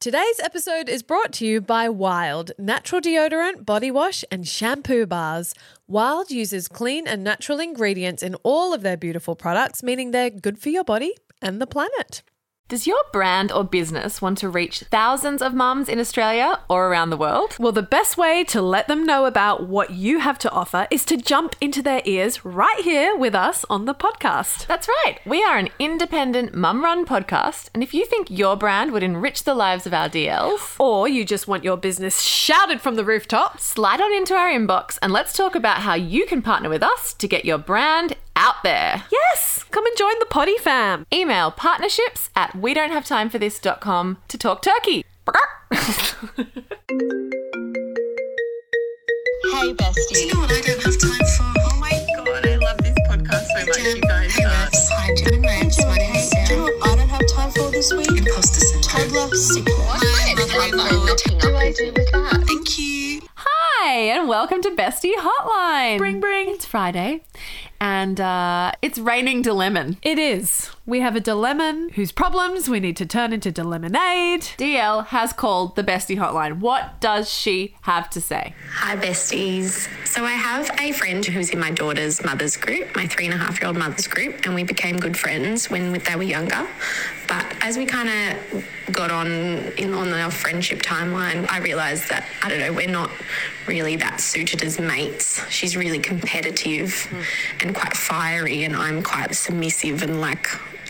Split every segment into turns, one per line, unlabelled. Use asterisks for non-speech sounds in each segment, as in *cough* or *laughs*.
Today's episode is brought to you by Wild natural deodorant, body wash, and shampoo bars. Wild uses clean and natural ingredients in all of their beautiful products, meaning they're good for your body and the planet.
Does your brand or business want to reach thousands of mums in Australia or around the world?
Well, the best way to let them know about what you have to offer is to jump into their ears right here with us on the podcast.
That's right. We are an independent mum run podcast. And if you think your brand would enrich the lives of our DLs,
Or you just want your business shouted from the rooftops,
slide on into our inbox and let's talk about how you can partner with us to get your brand out there.
yes, come and join the potty fam.
Email partnerships at we don't have time for this.com to
*laughs*
talk
Hey,
turkey.
Do you know
bestie.
what I don't have time for?
Oh my god, I love this podcast so much, you guys.
hey,
are-
refs. Hi, Jim and Rance. My name's
Do you
Sarah.
know what I don't have time for this week?
Imposter syndrome.
Toddler sickness.
My mother in law.
What do I do with that?
Thank you.
Hi, and welcome to Bestie Hotline.
Bring, bring.
It's Friday, and uh, it's raining to lemon.
It is. We have a dilemma whose problems we need to turn into dilemonade.
DL has called the Bestie Hotline. What does she have to say?
Hi, besties. So, I have a friend who's in my daughter's mother's group, my three and a half year old mother's group, and we became good friends when they were younger. But as we kind of got on in on our friendship timeline, I realised that I don't know, we're not really that suited as mates. She's really competitive and quite fiery, and I'm quite submissive and like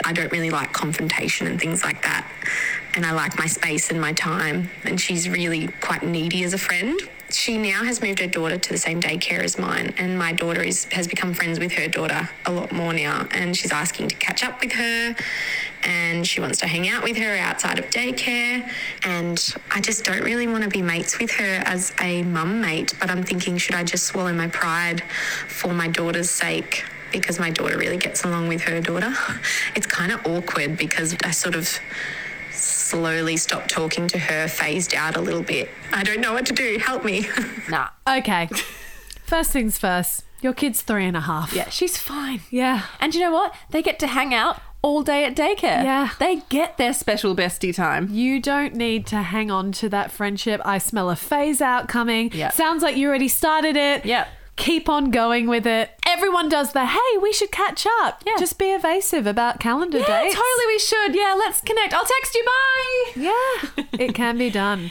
I don't really like confrontation and things like that. And I like my space and my time. And she's really quite needy as a friend. She now has moved her daughter to the same daycare as mine. And my daughter is, has become friends with her daughter a lot more now. And she's asking to catch up with her. And she wants to hang out with her outside of daycare. And I just don't really want to be mates with her as a mum mate. But I'm thinking, should I just swallow my pride for my daughter's sake? because my daughter really gets along with her daughter. *laughs* It's kind of awkward because I sort of slowly stopped talking to her, phased out a little bit. I don't know what to do. Help me.
Nah. *laughs*
Okay. first things first. Your kid's three and a half.
Yeah, she's fine.
Yeah.
And you know what? They get to hang out all day at daycare.
Yeah.
They get their special bestie time.
You don't need to hang on to that friendship. I smell a phase out coming.
Yeah.
Sounds like you already started it.
Yeah.
Keep on going with it. Everyone does the hey, we should catch up.
Yeah.
Just be evasive about calendar
Yeah,
dates.
totally we should. Yeah, let's connect. I'll text you. Bye. *laughs*
Yeah. it can be done.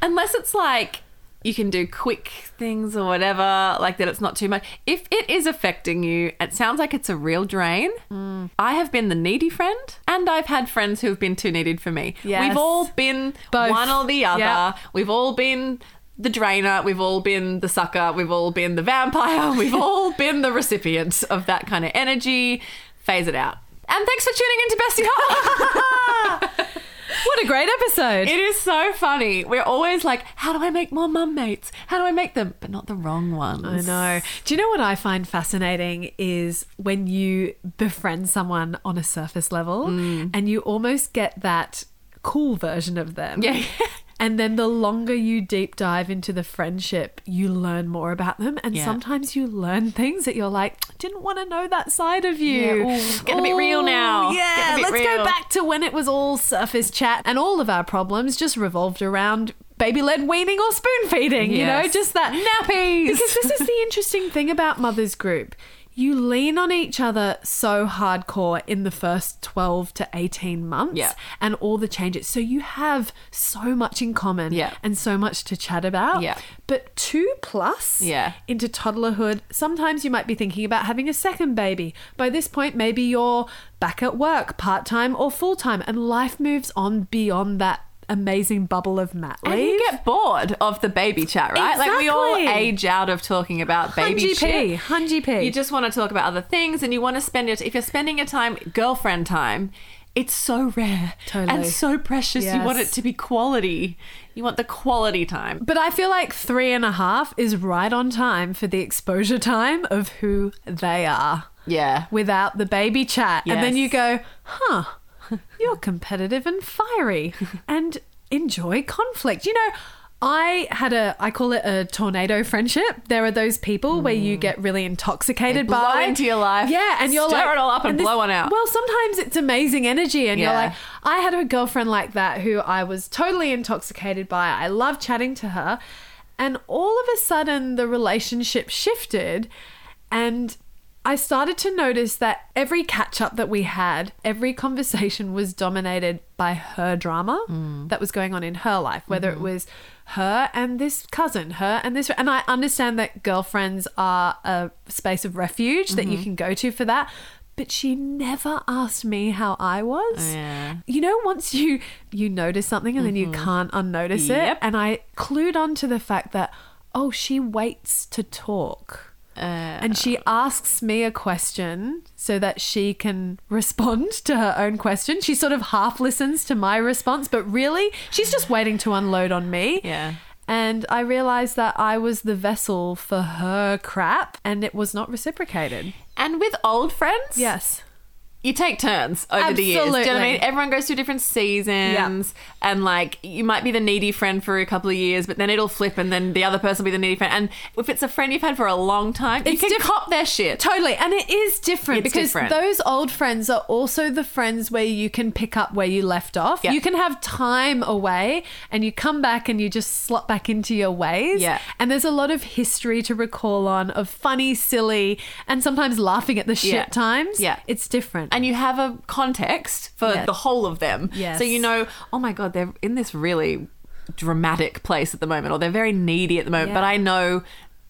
Unless it's like you can do quick things or whatever, like that it's not too much. If it is affecting you, it sounds like it's a real drain.
Hmm.
I have been the needy friend and I've had friends who have been too needed for me.
Yes.
We've all been
Both.
one or the other.
Yep.
We've all been the drainer, we've all been the sucker, we've all been the vampire, *laughs* we've all been the recipient of that kind of energy. Phase it out. And thanks for tuning into Bestie *laughs* Hotline.
What a great episode.
It is so funny. We're always like, how do I make more mum mates? How do I make them? But not the wrong ones.
I know. Do you know what I find fascinating is when you befriend someone on a surface level
Mm.
and you almost get that cool version of them.
Yeah.
And then the longer you deep dive into the friendship, you learn more about them. And
Yeah.
sometimes you learn things that you're like, didn't want to know that side of you.
Yeah. Ooh, getting a bit real
Ooh,
now. Getting
Yeah,
a bit
let's
real.
go back to when it was all surface chat and all of our problems just revolved around baby led weaning or spoon feeding, you know,
Yes.
just that
Nappies.
Because this is the interesting thing about mothers group. You lean on each other so hardcore in the first 12 to 18 months
Yeah.
and all the changes. So you have so much in common
Yeah.
and so much to chat about.
Yeah.
But two plus
Yeah.
into toddlerhood, sometimes you might be thinking about having a second baby. By this point, maybe you're back at work, part time or full time, and life moves on beyond that amazing bubble of mat leave.
And you get bored of the baby chat, right? Like we all
Exactly.
age out of talking about baby
100p,
shit.
100p.
You just want to talk about other things, and you want to spend your. If you're spending your time girlfriend time, it's so rare
Totally.
and so precious. You want
Yes.
it to be quality. You want the quality time.
But I feel like three and a half is right on time for the exposure time of who they are
Yeah.
without the baby chat. And then
Yes.
you go, huh, you're competitive and fiery and enjoy conflict. You know, I had a, I call it a tornado friendship. There are those people where you get really intoxicated
Mm. blow
by
into your life,
yeah, and you're
stir
like
it all up and blow one out.
Well, sometimes it's amazing energy, and
Yeah.
you're like, I had a girlfriend like that who I was totally intoxicated by. I loved chatting to her, and all of a sudden the relationship shifted, and. I started to notice that every catch up that we had, every conversation was dominated by her drama that was going on in her life, whether it was her and this cousin, her and this. And I understand that girlfriends are a space of refuge that you can go to for that. But she never asked me how I was.
Yeah.
You know, once you you notice something and then you can't unnotice
Mm-hmm. Yep.
it. And I clued on to the fact that, oh, she waits to talk.
Uh,
And she asks me a question so that she can respond *laughs* to her own question. She sort of half listens to my response, but really, she's just waiting to unload on me.
Yeah.
And I realized that I was the vessel for her crap and it was not reciprocated.
And with old friends,
Yes.
you take turns over the years. Do you know what I
Absolutely.
mean? Everyone goes through different seasons, and like you might be the needy friend for a couple of years, but then it'll flip, and then the other person will be the needy friend. And if it's a friend you've had for a long time, you
It's
can
diff-
cop their shit.
Totally. And it is different
It's
because
different.
those old friends are also the friends where you can pick up where you left off.
Yeah.
You can have time away and you come back and you just slot back into your ways.
Yeah.
And there's a lot of history to recall on of funny, silly, and sometimes laughing at the shit
Yeah.
times.
Yeah.
It's different.
and you have a context for
Yes.
the whole of them.
Yes.
So you know, oh my God, they're in this really dramatic place at the moment, or they're very needy at the moment,
Yeah.
but I know,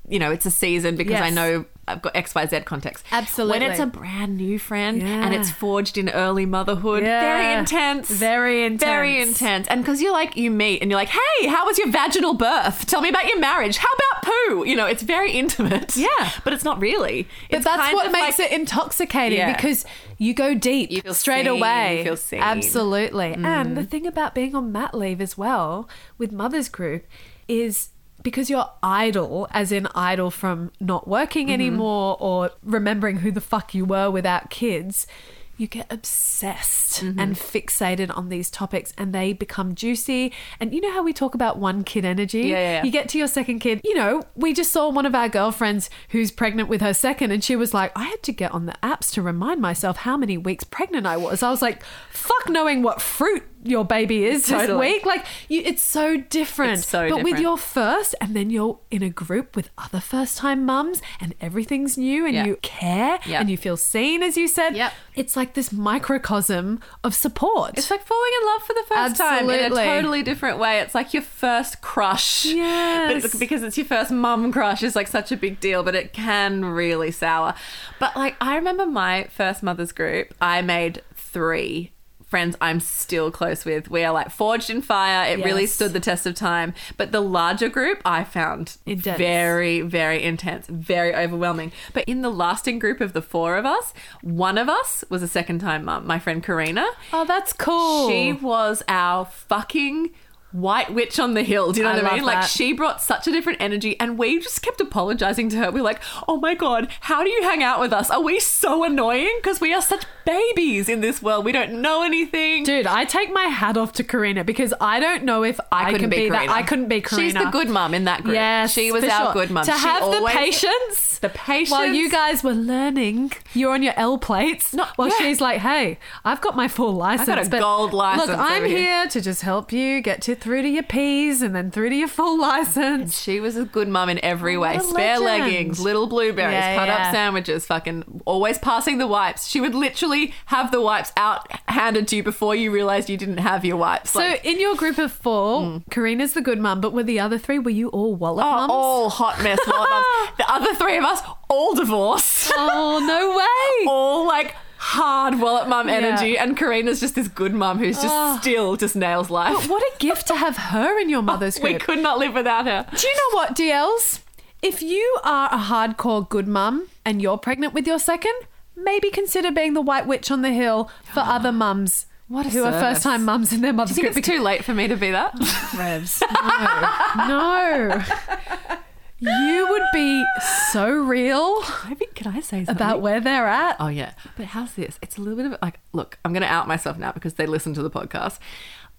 you know, it's a season because I
Yes.
know. I've got XYZ context.
Absolutely.
When it's a brand new friend and
Yeah.
it's forged in early motherhood, very
Yeah.
intense.
Very intense.
Very intense. And because you're like, you meet and you're like, hey, how was your vaginal birth? Tell me about your marriage. How about poo? You know, it's very intimate.
Yeah.
But it's not really.
but that's what makes it intoxicating
Yeah.
because you go deep
You feel
straight
seen,
away.
you feel seen. Mm.
Absolutely. And the thing about being on mat leave as well with Mother's Group is because you're idle, as in idle from not working
Mm-hmm.
anymore or remembering who the fuck you were without kids. You get obsessed
Mm-hmm.
and fixated on these topics, and they become juicy. And you know how we talk about one kid energy?
Yeah, yeah, yeah.
You get to your second kid. You know, we just saw one of our girlfriends who's pregnant with her second, and she was like, I had to get on the apps to remind myself how many weeks pregnant I was. I was like, fuck knowing what fruit your baby is this
Totally.
week. Like, you, it's so different.
It's so
but
different.
with your first, and then you're in a group with other first time mums, and everything's new, and
Yeah.
you care,
Yeah.
and you feel seen, as you said.
Yep.
It's like this microcosm of support.
It's like falling in love for the first time in a
Absolutely.
totally different way. It's like your first crush. But it's-
Yes.
because it's your first mum crush is like such a big deal, but it can really sour. But like I remember my first mother's group, I made three friends I'm still close with. We are like forged in fire. It really
Yes.
stood the test of time. But the larger group I found
Intense.
very, very intense, very overwhelming. But in the lasting group of the four of us, one of us was a second time mum, my friend Karina.
oh, that's cool.
She was our fucking white witch on the hill. Do you know
I
what I
love
mean? Like
that.
she brought such a different energy and we just kept apologizing to her. We were like, "Oh my god, how do you hang out with us? Are we so annoying because we are such babies in this world. We don't know anything."
Dude, I take my hat off to Karina because I don't know if I,
couldn't
can
be
be, that.
Karina.
I couldn't be Karina.
She's the good mum in that group.
Yes,
she was
for
our
sure.
good mum.
To
She
have the
always-
patience,
the patience.
While you guys were learning, you're on your L plates.
No,
while
yeah.
she's like, "Hey, I've got my full license.
a
but
gold license
Look, I'm
over here."
here. to just help you get to through to your P's and then through to your full license."
She was a good mum in every way.
a
Spare
legend.
leggings, little blueberries,
Yeah,
cut up
yeah.
sandwiches, fucking always passing the wipes. She would literally have the wipes out handed to you before you realized you didn't have your wipes.
So, in your group of four,
Mm.
Karina's the good mum, but were the other three? Were you all wallet mums?
Oh, all hot *laughs* mess wallet mums. The other three of us all divorced.
Oh, no way!
*laughs* all like hard wallet mum energy. And Karina's just this good mum who's just still just nails life.
What a gift to have her
*laughs*
in your mother's group.
Oh, we could not live without her.
Do you know what, DLs? If you are a hardcore good mum and you're pregnant with your second, maybe consider being the white witch on the hill for other mums.
Ah. What a
who
service.
are first time mums in their mother's
Do you
group?
think it's too late for me to be *laughs* that?
Revs. *laughs* No. no. You would be so real
I think, can I say something?
about where they're at.
Oh yeah. But how's this? It's a little bit of like look, I'm gonna out myself now because they listen to the podcast.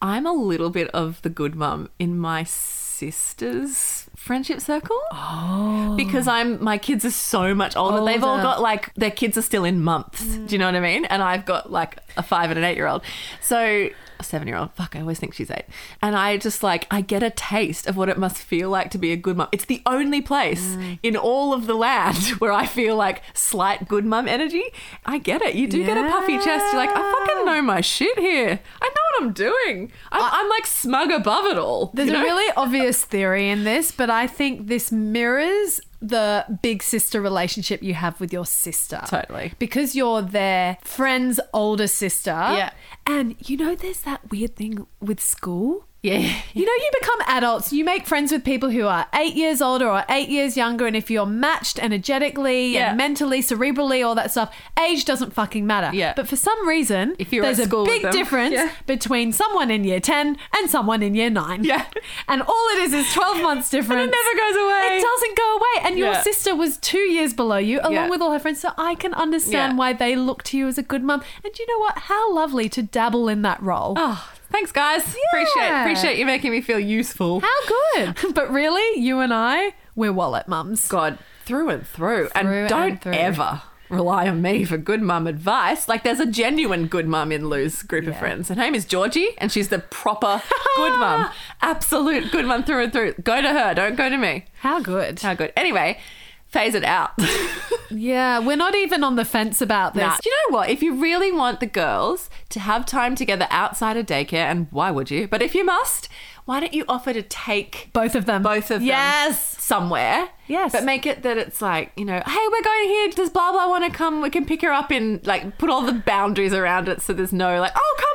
I'm a little bit of the good mum in my sister's friendship circle. Oh. Because I'm my kids are so much older. They've all
Older.
got like their kids are still in months. Do you know what I mean? And I've got like a 5 and an 8 year old. So a 7 year old. Fuck, I always think she's 8. And I just like I get a taste of what it must feel like to be a good mum. It's the only place
Mm.
in all of the land *laughs* where I feel like slight good mum energy. I get it. You do get a puffy chest. You're like, I fucking know my shit here. I know what I'm doing. I'm, I, am doing i am like smug above it all.
There's
you know?
a really obvious theory in this, but I think this mirrors the big sister relationship you have with your sister.
Totally.
Because you're their friend's older sister.
Yeah.
And you know, there's that weird thing with school.
yeah.
You know, you become adults, you make friends with people who are eight years older or eight years younger, and if you're matched energetically
Yeah.
and mentally, cerebrally, all that stuff, age doesn't fucking matter.
Yeah.
But for some reason,
If you're
there's
at
a
school with
big
them.
difference
Yeah.
between someone in year 10 and someone in year 9.
Yeah.
*laughs* And all it is is 12 months difference.
never goes away.
It doesn't go away. And
Yeah.
your sister was two years below you, along
Yeah.
with all her friends, so I can understand
Yeah.
why they look to you as a good mum. And you know what? How lovely to dabble in that role.
Oh, thanks, guys. Appreciate appreciate you making me feel useful.
How
*laughs*
good. but really, you and I, we're wallet mums.
God, through and
Through
through. and
and
don't
through.
ever rely on me for good mum advice. Like, there's a genuine good mum in Lou's group of friends. Her name is Georgie, and she's the
*laughs*
proper good mum. Absolute good mum through and through. Go to her, don't go to me.
How good.
How good. Anyway, phase it out.
*laughs* Yeah, we're not even on the fence about this.
*laughs* Nah. Do you know what? If you really want the girls to have time together outside of daycare, and why would you? But if you must, why don't you offer to take
Both of them.
both of them
Yes.
somewhere.
Yes.
But make it that it's like, you know, hey, we're going here. Does blah blah want to come? We can pick her up and like put all the boundaries around it so there's no like, oh, come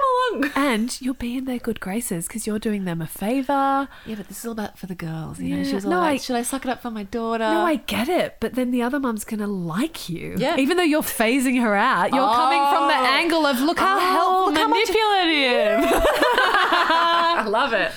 along.
And you'll be in their good graces because you're doing them a favour.
Yeah, but this is all about for the girls. You know,
Yeah.
she was all
No,
like,
I-
should I suck it up for my daughter?
No, I get it, but then the other mum's gonna like you.
Uh, Yeah.
Even though you're phasing her out, you're coming from the
Oh.
angle of look how
Oh,
helpful, look how much-
*laughs* manipulative. I love it.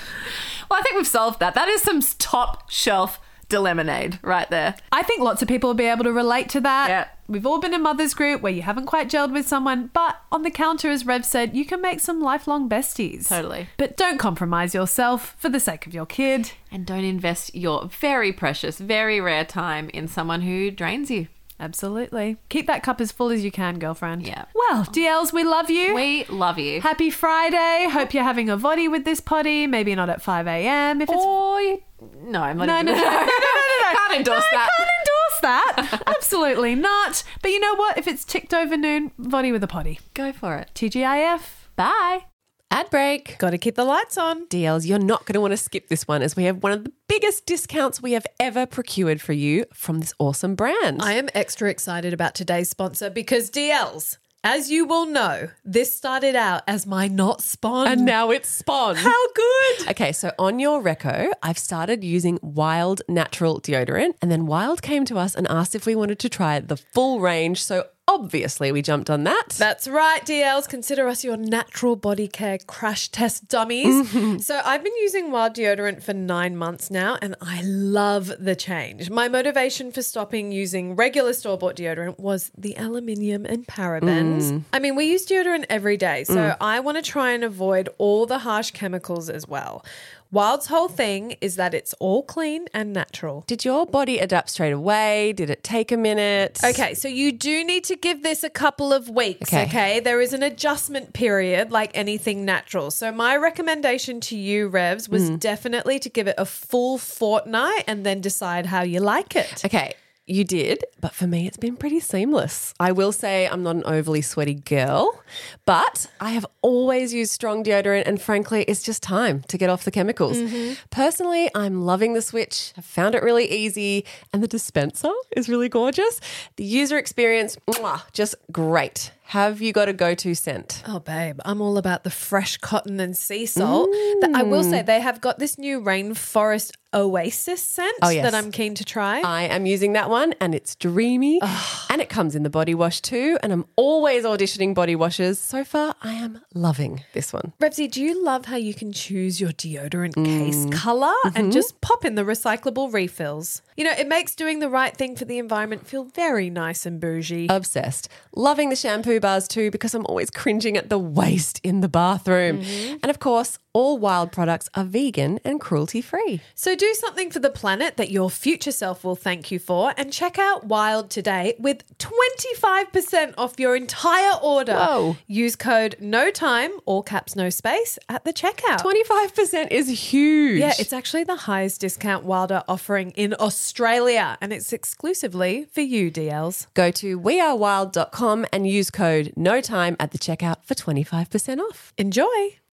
Well, I think we've solved that. That is some top shelf lemonade right there.
I think lots of people will be able to relate to that.
Yeah.
We've all been in mother's group where you haven't quite gelled with someone, but on the counter, as Rev said, you can make some lifelong besties.
Totally.
But don't compromise yourself for the sake of your kid.
And don't invest your very precious, very rare time in someone who drains you.
Absolutely. Keep that cup as full as you can, girlfriend.
Yeah.
Well, DLs, we love you.
We love you.
Happy Friday. Hope you're having a voddy with this potty. Maybe not at 5 a.m. If it's
Boy. *laughs* No, I'm not
No,
even
no, no, no, no, no, no.
Can't endorse
No,
that.
Can't endorse that. *laughs* Absolutely not. But you know what? If it's ticked over noon, body with a potty.
Go for it.
TGIF.
Bye.
Ad break.
Got to keep the lights on.
deals, you're not going to want to skip this one as we have one of the biggest discounts we have ever procured for you from this awesome brand.
I am extra excited about today's sponsor because DLs, as you will know, this started out as my not spawn.
and now it's Spawn.
how good.
Okay, so on your reco, I've started using Wild Natural deodorant, and then Wild came to us and asked if we wanted to try the full range. So obviously, we jumped on that.
That's right, DLs. Consider us your natural body care crash test dummies. so, I've been using wild deodorant for nine months now, and I love the change. My motivation for stopping using regular store bought deodorant was the aluminium and parabens. I mean, we use deodorant every day, so I want to try and avoid all the harsh chemicals as well. Wild's whole thing is that it's all clean and natural.
Did your body adapt straight away? Did it take a minute?
Okay, so you do need to give this a couple of weeks,
Okay.
okay. There is an adjustment period like anything natural. So my recommendation to you, Revs, was definitely to give it a full fortnight and then decide how you like it.
Okay, you did, but for me, it's been pretty seamless. I will say I'm not an overly sweaty girl, but I have always used strong deodorant, and frankly, it's just time to get off the chemicals. Personally, I'm loving the switch. I've found it really easy, and the dispenser is really gorgeous. The user experience, mwah, just great. Have you got a go to scent?
Oh, babe, I'm all about the fresh cotton and sea salt. Th- I will say they have got this new rainforest oasis scent
yes.
that I'm keen to try.
I am using that one and it's dreamy and it comes in the body wash too. And I'm always auditioning body washes. So far, I am loving this one.
Revsy, do you love how you can choose your deodorant case color and just pop in the recyclable refills? You know, it makes doing the right thing for the environment feel very nice and bougie.
Obsessed.
Mm-hmm.
Loving the shampoo bars too because I'm always cringing at the waste in the bathroom. And of course, All wild products are vegan and cruelty free.
So do something for the planet that your future self will thank you for and check out Wild today with 25% off your entire order.
Whoa.
Use code no time all caps no space at the checkout.
25% is huge.
Uh, yeah, it's actually the highest discount Wilder offering in Australia and it's exclusively for you DLs.
Go to wearewild.com and use code NOTIME at the checkout for 25% off.
Enjoy.